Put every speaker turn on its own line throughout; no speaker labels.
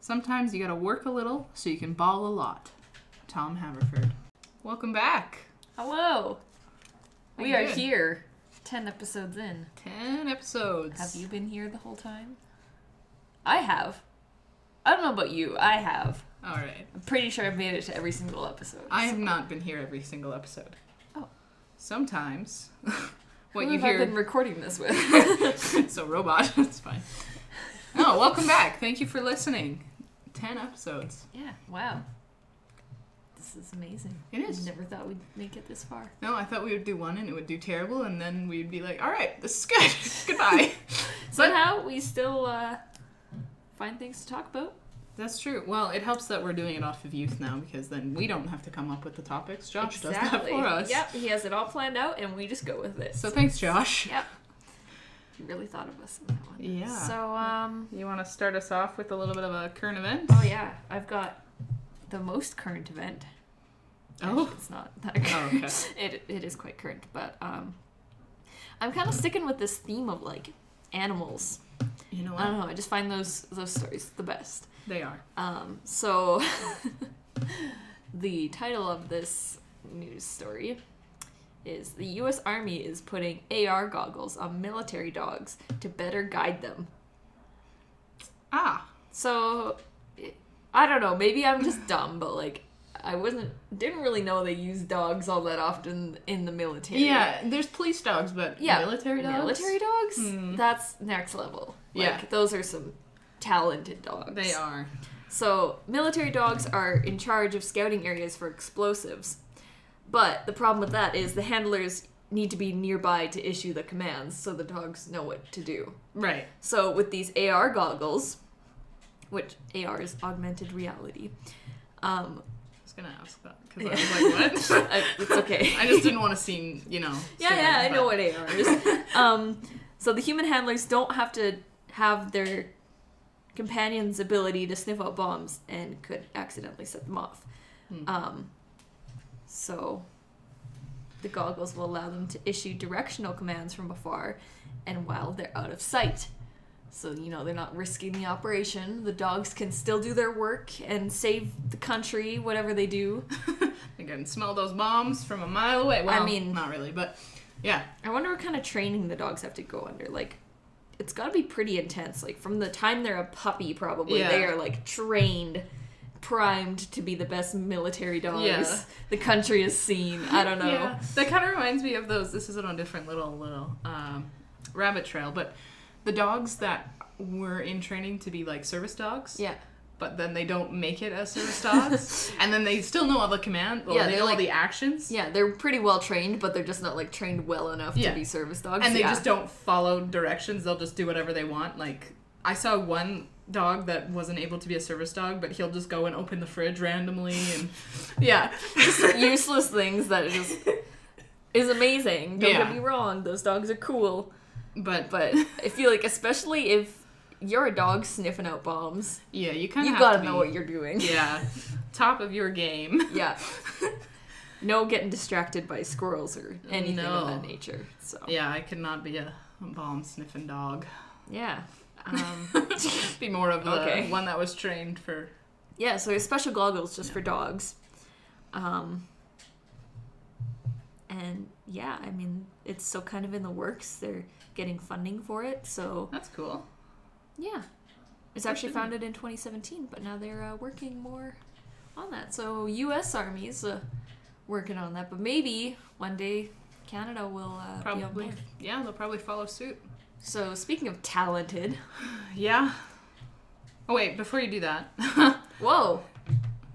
Sometimes you gotta work a little so you can ball a lot. Tom Haverford. Welcome back.
Hello.
How
we
you
are
doing?
here. Ten episodes in.
Ten episodes.
Have you been here the whole time? I have. I don't know about you. I have.
All right.
I'm pretty sure I've made it to every single episode.
I have not been here every single episode.
Oh.
Sometimes. what
Who
you
have I
hear.
been recording this with?
so robot. It's fine. No, welcome back. Thank you for listening. Ten episodes.
yeah. Wow. This is amazing.
It is.
Never thought we'd make it this far.
No, I thought we would do one and it would do terrible, and then we'd be like, "All right, this is good. Goodbye."
Somehow we still uh, find things to talk about.
That's true. Well, it helps that we're doing it off of youth now because then we don't have to come up with the topics. Josh does that for us.
Yep. He has it all planned out, and we just go with it.
So thanks, Josh.
Yep. You really thought of us in that one.
Yeah.
So, um,
You want to start us off with a little bit of a current event?
oh yeah, I've got the most current event. Actually,
Oh.
it's not that current.
okay.
It it is quite current, but um, I'm kind of sticking with this theme of like animals.
You know
I
what?
don't know. I just find those those stories the best.
They are.
Um, so the title of this news story is the U.S. Army is putting AR goggles on military dogs to better guide them.
Ah.
So, I don't know. Maybe I'm just dumb, but like, I wasn't didn't really know they use dogs all that often in the military.
Yeah, there's police dogs, but
Yeah.
military dogs?
Military dogs.
Hmm.
That's next level. Like,
Yeah.
Those are some talented dogs.
They are.
So, military dogs are in charge of scouting areas for explosives. But the problem with that is the handlers need to be nearby to issue the commands so the dogs know what to do.
Right.
So with these AR goggles, which AR is augmented reality, um,
I was going to ask that because I was like, what?
I- it's okay.
I just didn't want to seem, you know.
yeah,
silly,
yeah, I know
but-
what AR is. um, so the human handlers don't have to have their companion's ability to sniff out bombs and could accidentally set them off.
Hmm.
Um, so the goggles will allow them to issue directional commands from afar and while they're out of sight. So, you know, they're not risking the operation. The dogs can still do their work and save the country, whatever they do.
I can smell those bombs from a mile away. Well,
mean-
not really, but yeah.
I wonder what kind of training the dogs have to go under. Like, it's got to be pretty intense. Like, from the time they're a puppy, probably,
Yeah.
they are, like, trained, primed to be the best military dogs
Yeah.
the country has seen. I don't know.
Yeah, that kind of reminds me of those. This is on a different little little um, rabbit trail, but the dogs that were in training to be like service dogs,
Yeah.
but then they don't make it as service dogs, and then they still know all the command, well,
Yeah,
they
they're
know all
like-
the actions,
Yeah, they're pretty well trained, but they're just not, like, trained well enough
Yeah.
to be service dogs.
and they
yeah.
just don't follow directions. They'll just do whatever they want. Like I saw one dog that wasn't able to be a service dog, but he'll just go and open the fridge randomly, and yeah,
useless things that it just is amazing. Don't
Yeah.
get me wrong, those dogs are cool,
but
but I feel like especially if you're a dog sniffing out bombs,
yeah, you kind of
you gotta
to
know
be,
what you're doing.
yeah top of your game.
yeah. No getting distracted by squirrels or anything of that
No.
nature. So
Yeah, I could not be a bomb sniffing dog.
yeah. Um,
Be more of the
Okay.
one that was trained for.
yeah, so there's special goggles just for dogs. Um, and yeah, I mean it's still kind of in the works. They're getting funding for it, so
That's cool.
Yeah. It's
Good
actually
for them.
founded in 2017, but now they're uh, working more on that. So U.S. Army's uh, working on that, but maybe one day Canada will uh, be on
Probably.
board.
Yeah, they'll probably follow suit.
So speaking of talented,
Yeah. Oh wait, before you do that,
whoa.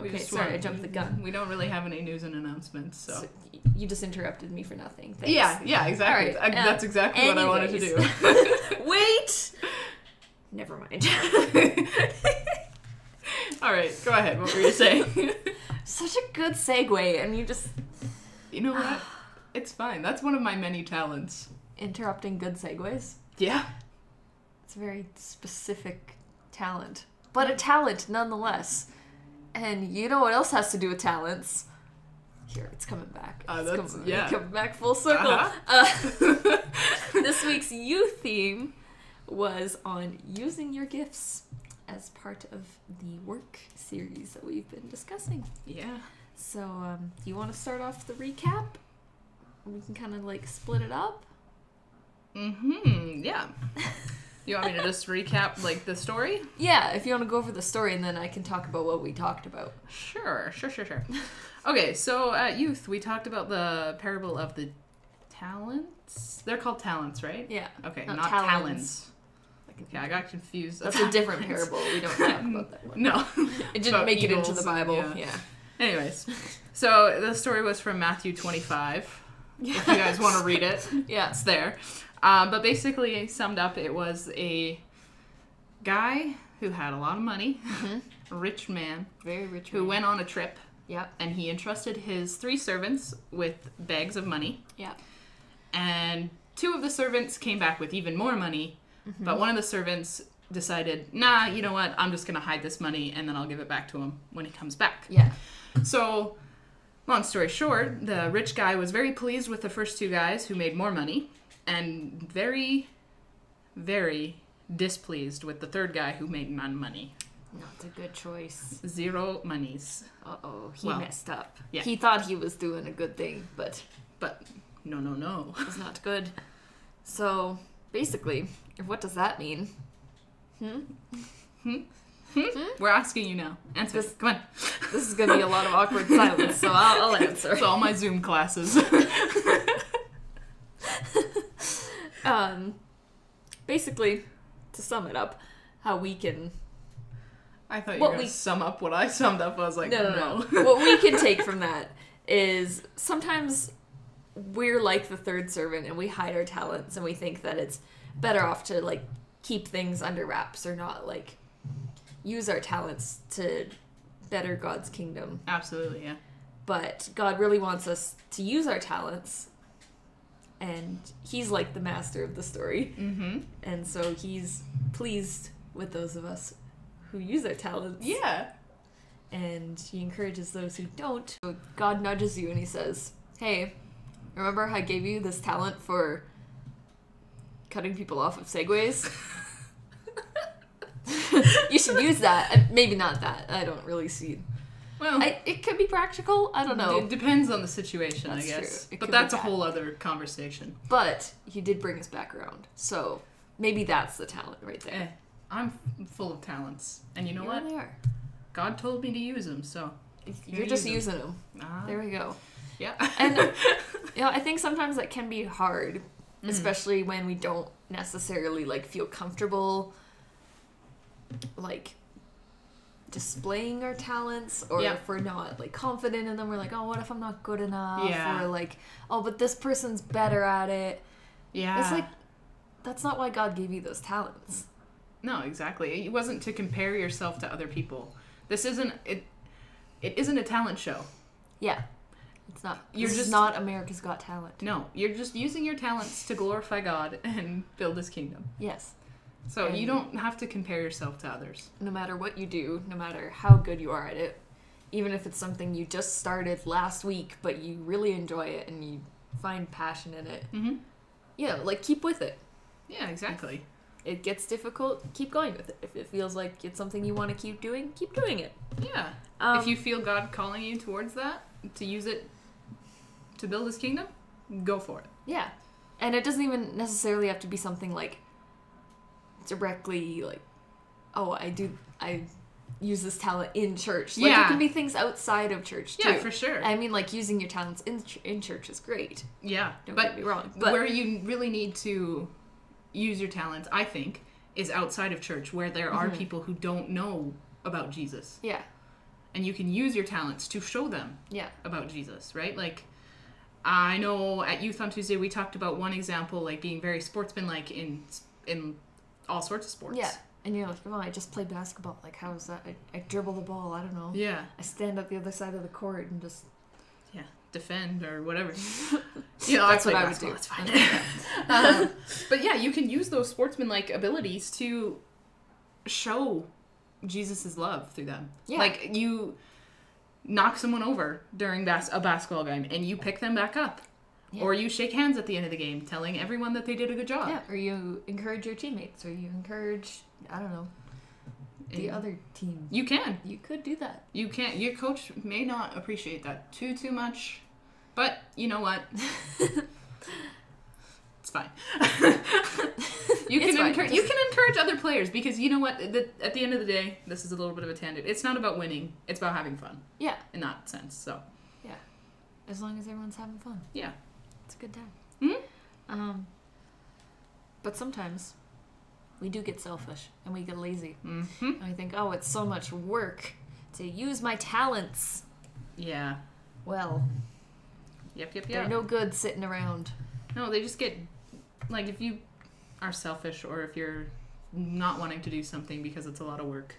we
Okay,
just
sorry,
want-
I jumped the gun.
We don't really have any news and announcements, so.
So y- you just interrupted me for nothing. Thanks.
yeah, yeah, exactly.
All right,
I-
uh,
That's exactly what I wanted to do.
Wait. Never mind.
All right, go ahead. What were you saying?
Such a good segue, and you just
you know what? It's fine. That's one of my many talents.
interrupting good segues.
Yeah.
It's a very specific talent, but a talent nonetheless. And you know what else has to do with talents? Here, it's coming back.
Uh,
It's
that's-
coming,
yeah. Uh-huh.
coming back full circle. Uh, this week's you theme was on using your gifts as part of the work series that we've been discussing.
Yeah.
So, um, do you want to start off the recap? We can kind of like split it up.
Mm-hmm. Yeah. You want me to just recap like the story?
Yeah, if you want to go over the story and then I can talk about what we talked about.
Sure, sure, sure, sure. Okay, so at youth we talked about the parable of the talents. They're called talents, right?
Yeah.
Okay,
Not
not,
talons.
talons. Yeah, I got confused.
That's a different parable. We don't talk about that one.
No.
It didn't
About
make it into
eagles,
the Bible.
yeah.
Yeah.
Anyways, so the story was from Matthew 25. If you guys want to read it,
Yeah.
it's there. Um, but basically, summed up, it was a guy who had a lot of money, a
Mm-hmm.
rich man,
Very rich.
who
man.
went on a trip
Yep.
and he entrusted his three servants with bags of money.
Yep.
And two of the servants came back with even more money, but one of the servants decided, nah, you know what, I'm just going to hide this money and then I'll give it back to him when he comes back.
Yeah.
So, long story short, the rich guy was very pleased with the first two guys who made more money, and very, very displeased with the third guy who made none money.
Not a good choice.
Zero monies.
Uh oh. He
Well,
messed up.
yeah.
He thought he was doing a good thing, but
But no, no, no.
it's not good. So basically, what does that mean? Hmm?
We're asking you now. Answer.
This-
Come on.
This is gonna be a lot of awkward silence, so I'll, I'll answer.
It's all my Zoom classes.
Um, basically, to sum it up, how we can
I thought you were
What
going to
we-
sum up what I summed up. I was like,
no,
no.
no, no. what we can take from that is sometimes we're like the third servant and we hide our talents and we think that it's better off to like keep things under wraps or not like use our talents to better God's kingdom.
Absolutely, yeah.
But God really wants us to use our talents and he's like the master of the story.
Mm-hmm.
And so he's pleased with those of us who use our talents.
Yeah.
and he encourages those who don't. So God nudges you and he says, Hey, remember I gave you this talent for cutting people off of segways? you should use that. Uh, Maybe not that. I don't really see.
Well,
I, it could be practical. I don't know.
It depends on the situation,
That's
I guess.
true. It could
But
be
that's a
bad.
whole other conversation.
But he did bring us back around. So maybe that's the talent right there.
Eh, I'm f- full of talents. And you know
Here
what?
They are.
God told me to use them, so.
You're just
use
using them.
Ah,
There we go.
yeah.
and you know, I think sometimes that can be hard, especially when we don't necessarily like feel comfortable, like displaying our talents, or
Yeah.
if we're not like confident in them, we're like, oh, what if I'm not good enough?
Yeah.
Or like, oh, but this person's better at it.
Yeah.
It's like that's not why God gave you those talents.
No, exactly. It wasn't to compare yourself to other people. This isn't. It, it isn't a talent show.
Yeah, it's not.
You're
You're just
just-
not America's Got Talent.
No, you're just using your talents to glorify God and build His kingdom.
Yes.
So you
And-
don't have to compare yourself to others.
no matter what you do, no matter how good you are at it, even if it's something you just started last week, but you really enjoy it and you find passion in it,
Mm-hmm.
yeah, like keep with it.
Yeah, exactly.
It gets difficult, keep going with it. If it feels like it's something you want to keep doing, keep doing it.
Yeah.
Um,
if you feel God calling you towards that, to use it to build his kingdom, go for it.
Yeah. And it doesn't even necessarily have to be something like directly like oh, I do I use this talent in church. Like it
Yeah.
can be things outside of church too.
Yeah, for sure.
I mean like using your talents in ch- in church is great.
yeah.
Don't
But
get me wrong. But
where you really need to use your talents, I think, is outside of church where there are people who don't know about Jesus.
yeah,
And you can use your talents to show them
yeah,
about Jesus, right? Like I know at Youth on Tuesday we talked about one example like being very sportsmanlike in in all sorts of sports.
yeah. And you're like, oh, I just play basketball. Like, how is that? I, I dribble the ball. I don't know.
Yeah.
I stand at the other side of the court and just.
yeah, defend or whatever. you know,
That's
I play
what I would
basketball.
do.
It's fine. um, but yeah, you can use those sportsmanlike abilities to show Jesus' love through them.
Yeah.
Like you knock someone over during bas- a basketball game and you pick them back up.
Yeah.
Or you shake hands at the end of the game, telling everyone
Um,
that they did a good job.
Yeah. Or you encourage your teammates, or you encourage, I don't know, the
And
other team.
You can.
You could do that.
You can't. Your coach may not appreciate that too too much, but you know what? it's fine. you
It's
can
fine.
encourage. You can encourage other players because you know what? The, at the end of the day, this is a little bit of a tangent. It's not about winning. It's about having fun
Yeah,
in that sense. So
as long as everyone's having fun.
yeah,
It's a good time.
Mhm.
Um, but sometimes we do get selfish and we get lazy.
hmm
And we think, oh, it's so much work to use my talents.
yeah,
Well,
yep, yep,
they're
yep.
no good sitting around.
No, they just get like if you are selfish or if you're not wanting to do something because it's a lot of work,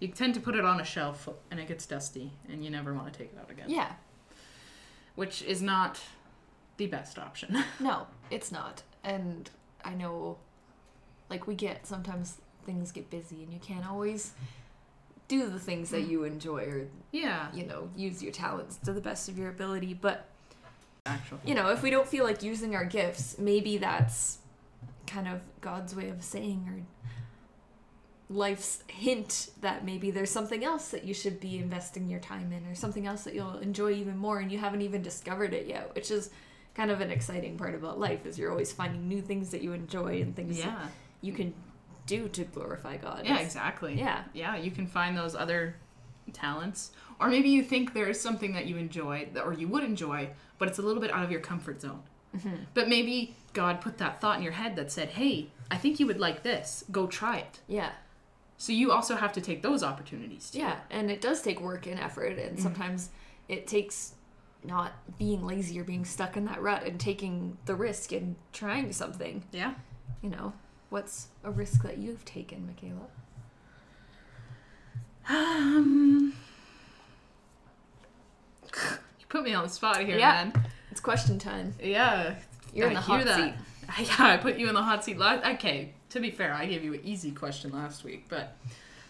you tend to put it on a shelf and it gets dusty and you never want to take it out again.
Yeah,
Which is not the best option.
no, it's not. And I know, like, we get sometimes things get busy and you can't always do the things that you enjoy or,
yeah.
you know, use your talents to the best of your ability. But
Actual.
you know, if we don't feel like using our gifts, maybe that's kind of God's way of saying or life's hint that maybe there's something else that you should be investing your time in or something else that you'll enjoy even more and you haven't even discovered it yet, which is kind of an exciting part about life is you're always finding new things that you enjoy and things that
Yeah.
you can do to glorify God.
Yeah,
It's-
exactly.
Yeah.
Yeah, you can find those other talents. Or maybe you think there is something that you enjoy that- or you would enjoy, but it's a little bit out of your comfort zone.
Mm-hmm.
But maybe God put that thought in your head that said, hey, I think you would like this. Go try it.
Yeah.
So you also have to take those opportunities. Too.
Yeah, and it does take work and effort, and sometimes it takes not being lazy or being stuck in that rut and taking the risk and trying something.
Yeah.
You know, what's a risk that you've taken, Michaela?
Um, you put me on the spot here,
Yeah.
man.
It's question time.
Yeah.
You're in
I
the hot
hear that. yeah, I put you in the hot seat last. Okay, to be fair, I gave you an easy question last week, but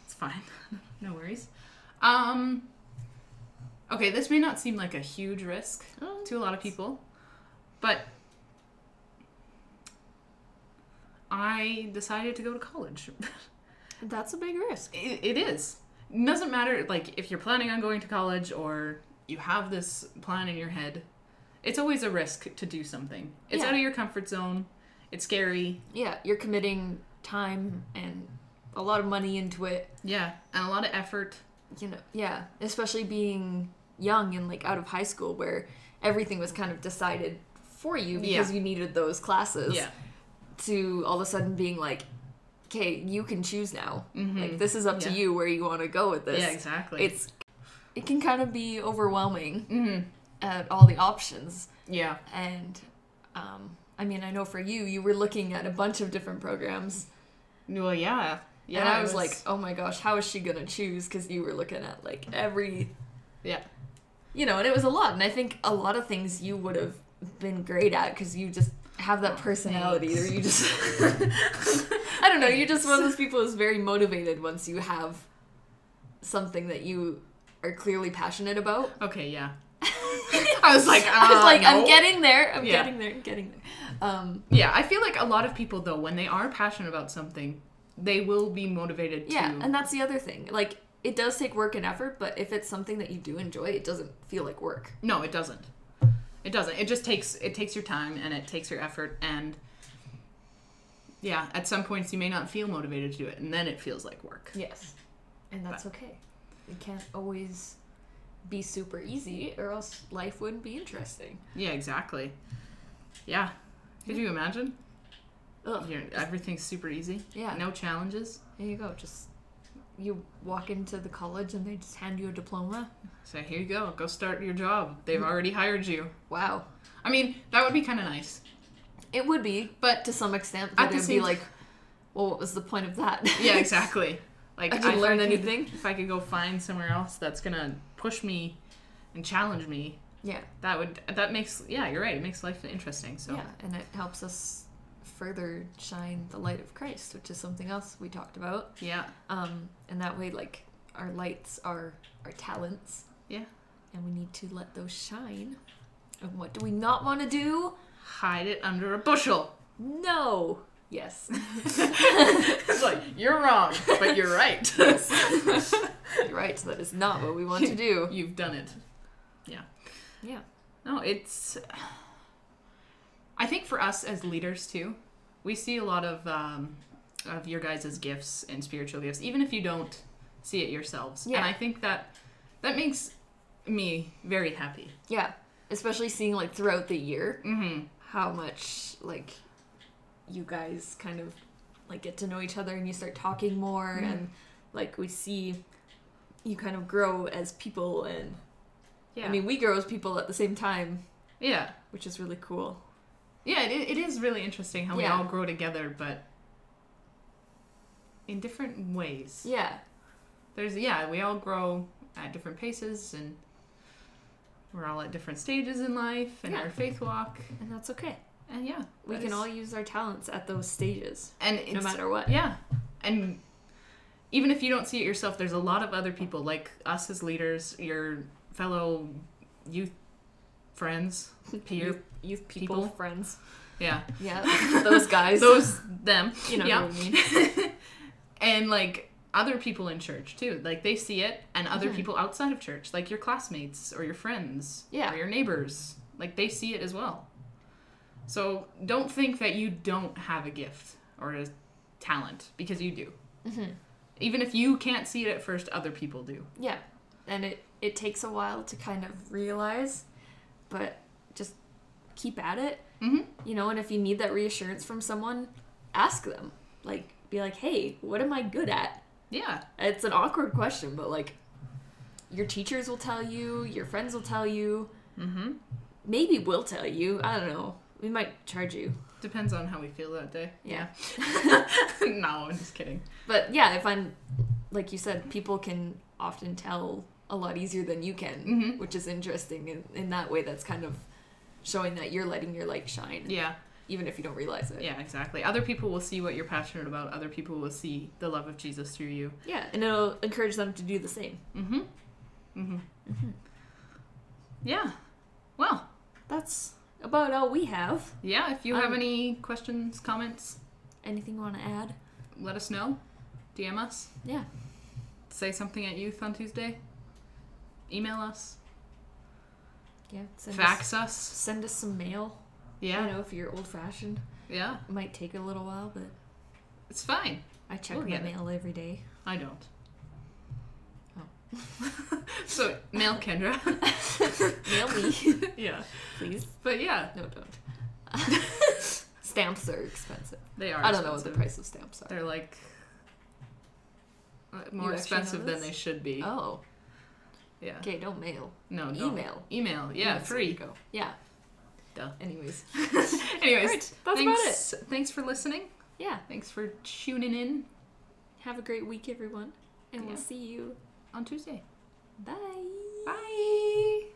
it's fine. no worries. Um. Okay, this may not seem like a huge risk
seat.
to a lot of people, but I decided to go to college.
That's a big risk.
It, it is. Doesn't matter like if you're planning on going to college or you have this plan in your head. It's always a risk to do something. It's
Yeah.
out of your comfort zone. It's scary.
Yeah, you're committing time and a lot of money into it.
Yeah, and a lot of effort.
You know, yeah, especially being young and like out of high school where everything was kind of decided for you because you needed those classes.
Yeah.
to all of a sudden being like, okay, you can choose now.
Mhm.
Like this is up to
Yeah.
you where you want to go with this.
yeah, exactly.
It's it can kind of be overwhelming
hmm
at all the options
Yeah.
and um I mean, I know for you, you were looking at a bunch of different programs,
Well, yeah. Yeah.
and I
it
was, like, "Oh my gosh, how is she gonna choose?" Because you were looking at like every,
yeah,
you know, and it was a lot. And I think a lot of things you would have been great at because you just have
Oh,
that personality, or you just I don't know. You're just one of those people who's very motivated once you have something that you are clearly passionate about.
okay, yeah. I was like,
I was
uh,
like, I'm
no.
getting there. I'm
Yeah.
getting there. I'm getting there. Um,
Yeah, I feel like a lot of people though, when they are passionate about something, they will be motivated
yeah,
to.
and that's the other thing. Like, it does take work and effort, but if it's something that you do enjoy, it doesn't feel like work.
No, it doesn't. It doesn't. It just takes it takes your time and it takes your effort and yeah, at some points you may not feel motivated to do it and then it feels like work.
Yes, and that's okay. It can't always be super easy, or else life wouldn't be interesting.
Yeah, exactly. Yeah. Could you imagine?
Ugh.
You're, everything's super easy.
Oh. Yeah.
No challenges.
There you go. Just you walk into the college and they just hand you a diploma.
So here you go. Go start your job. They've
Mm-hmm.
already hired you.
Wow.
I mean, that would be kind of nice.
It would be, but to some extent, but
At the
it'd be
same-
like, well, what was the point of that?
Yeah, exactly. Like
I didn't
if
learn
could-
anything.
If I could go find somewhere else that's gonna push me and challenge me,
yeah,
that would that makes yeah, you're right. It makes life interesting. So
yeah, and it helps us further shine the light of Christ, which is something else we talked about.
yeah,
Um, and that way, like, our lights are our talents.
Yeah.
And we need to let those shine. And what do we not want to do?
hide it under a bushel.
No. Yes.
It's like, you're wrong, but you're right.
You're right. That is not what we want to do.
You've done it.
Yeah.
No, it's. I think for us as leaders too, we see a lot of um, of your guys' as gifts and spiritual gifts, even if you don't see it yourselves. And
Yeah.
I think that that makes me very happy.
Yeah. Especially seeing like throughout the year
Mm-hmm.
how much like you guys kind of like get to know each other and you start talking more
Mhm.
and like we see you kind of grow as people and
Yeah.
I mean we grow as people at the same time,
yeah.
which is really cool.
Yeah, it, it is really interesting how we
Yeah.
all grow together, but in different ways.
Yeah.
There's yeah, we all grow at different paces and we're all at different stages in life and
Yeah.
our faith walk.
And that's okay.
And yeah,
We
that
can
is-
all use our talents at those stages,
and it's,
no matter what.
yeah, and even if you don't see it yourself, there's a lot of other people like us as leaders, your fellow youth friends, peer
Youth, youth people,
people.
friends.
yeah,
Yeah. Those guys.
those them,
you know
yeah,
what I mean.
and like other people in church too, like they see it, and other
Mhm.
people outside of church, like your classmates or your friends,
Yeah.
or your neighbors, like they see it as well. So don't think that you don't have a gift or a talent because you do.
Mhm.
Even if you can't see it at first, other people do.
Yeah. And it it takes a while to kind of realize, but just keep at it.
Mm-hmm.
You know, and if you need that reassurance from someone, ask them. Like be like, "Hey, what am I good at?"
Yeah.
It's an awkward question, but like your teachers will tell you, your friends will tell you,
Mm-hmm.
maybe we'll tell you. I don't know. We might charge you.
Depends on how we feel that day.
Yeah.
Yeah. no, I'm just kidding.
But yeah, I find like you said, people can often tell a lot easier than you can,
Mhm.
which is interesting. In, in that way, that's kind of showing that you're letting your light shine,
Yeah.
even if you don't realize it.
Yeah, exactly. Other people will see what you're passionate about. Other people will see the love of Jesus through you.
Yeah, and it'll encourage them to do the same.
Mm-hmm. Mm-hmm. Yeah. Well,
That's about all we have.
yeah, if you have
Um,
any questions, comments,
Anything you want to add?
let us know. DM us.
Yeah.
Say something at youth on Tuesday. Email us.
Yeah. Send
Fax
Us,
us.
send us some mail. I
Yeah.
know if you're old fashioned,
Yeah.
it might take a little while, but
It's fine.
I check
We'll
my
get it.
mail every day.
I don't.
Oh.
so mail Kendra.
Mail me,
yeah.
please.
But yeah,
No, don't. stamps are expensive.
they are.
I don't know what the
expensive.
price of stamps are.
They're like uh, more
know
expensive than
this?
they should be.
Oh,
Yeah.
okay. Don't mail.
No. Don't.
Email.
Email. Yeah.
Email's the way
free.
to Go. Yeah.
Duh.
Anyways.
Anyways,
Alright, that's
thanks. Thanks for listening.
about it. Yeah.
Thanks for tuning in
Have a great week, everyone, and
Yeah.
we'll see you.
on Tuesday.
Bye.
Bye.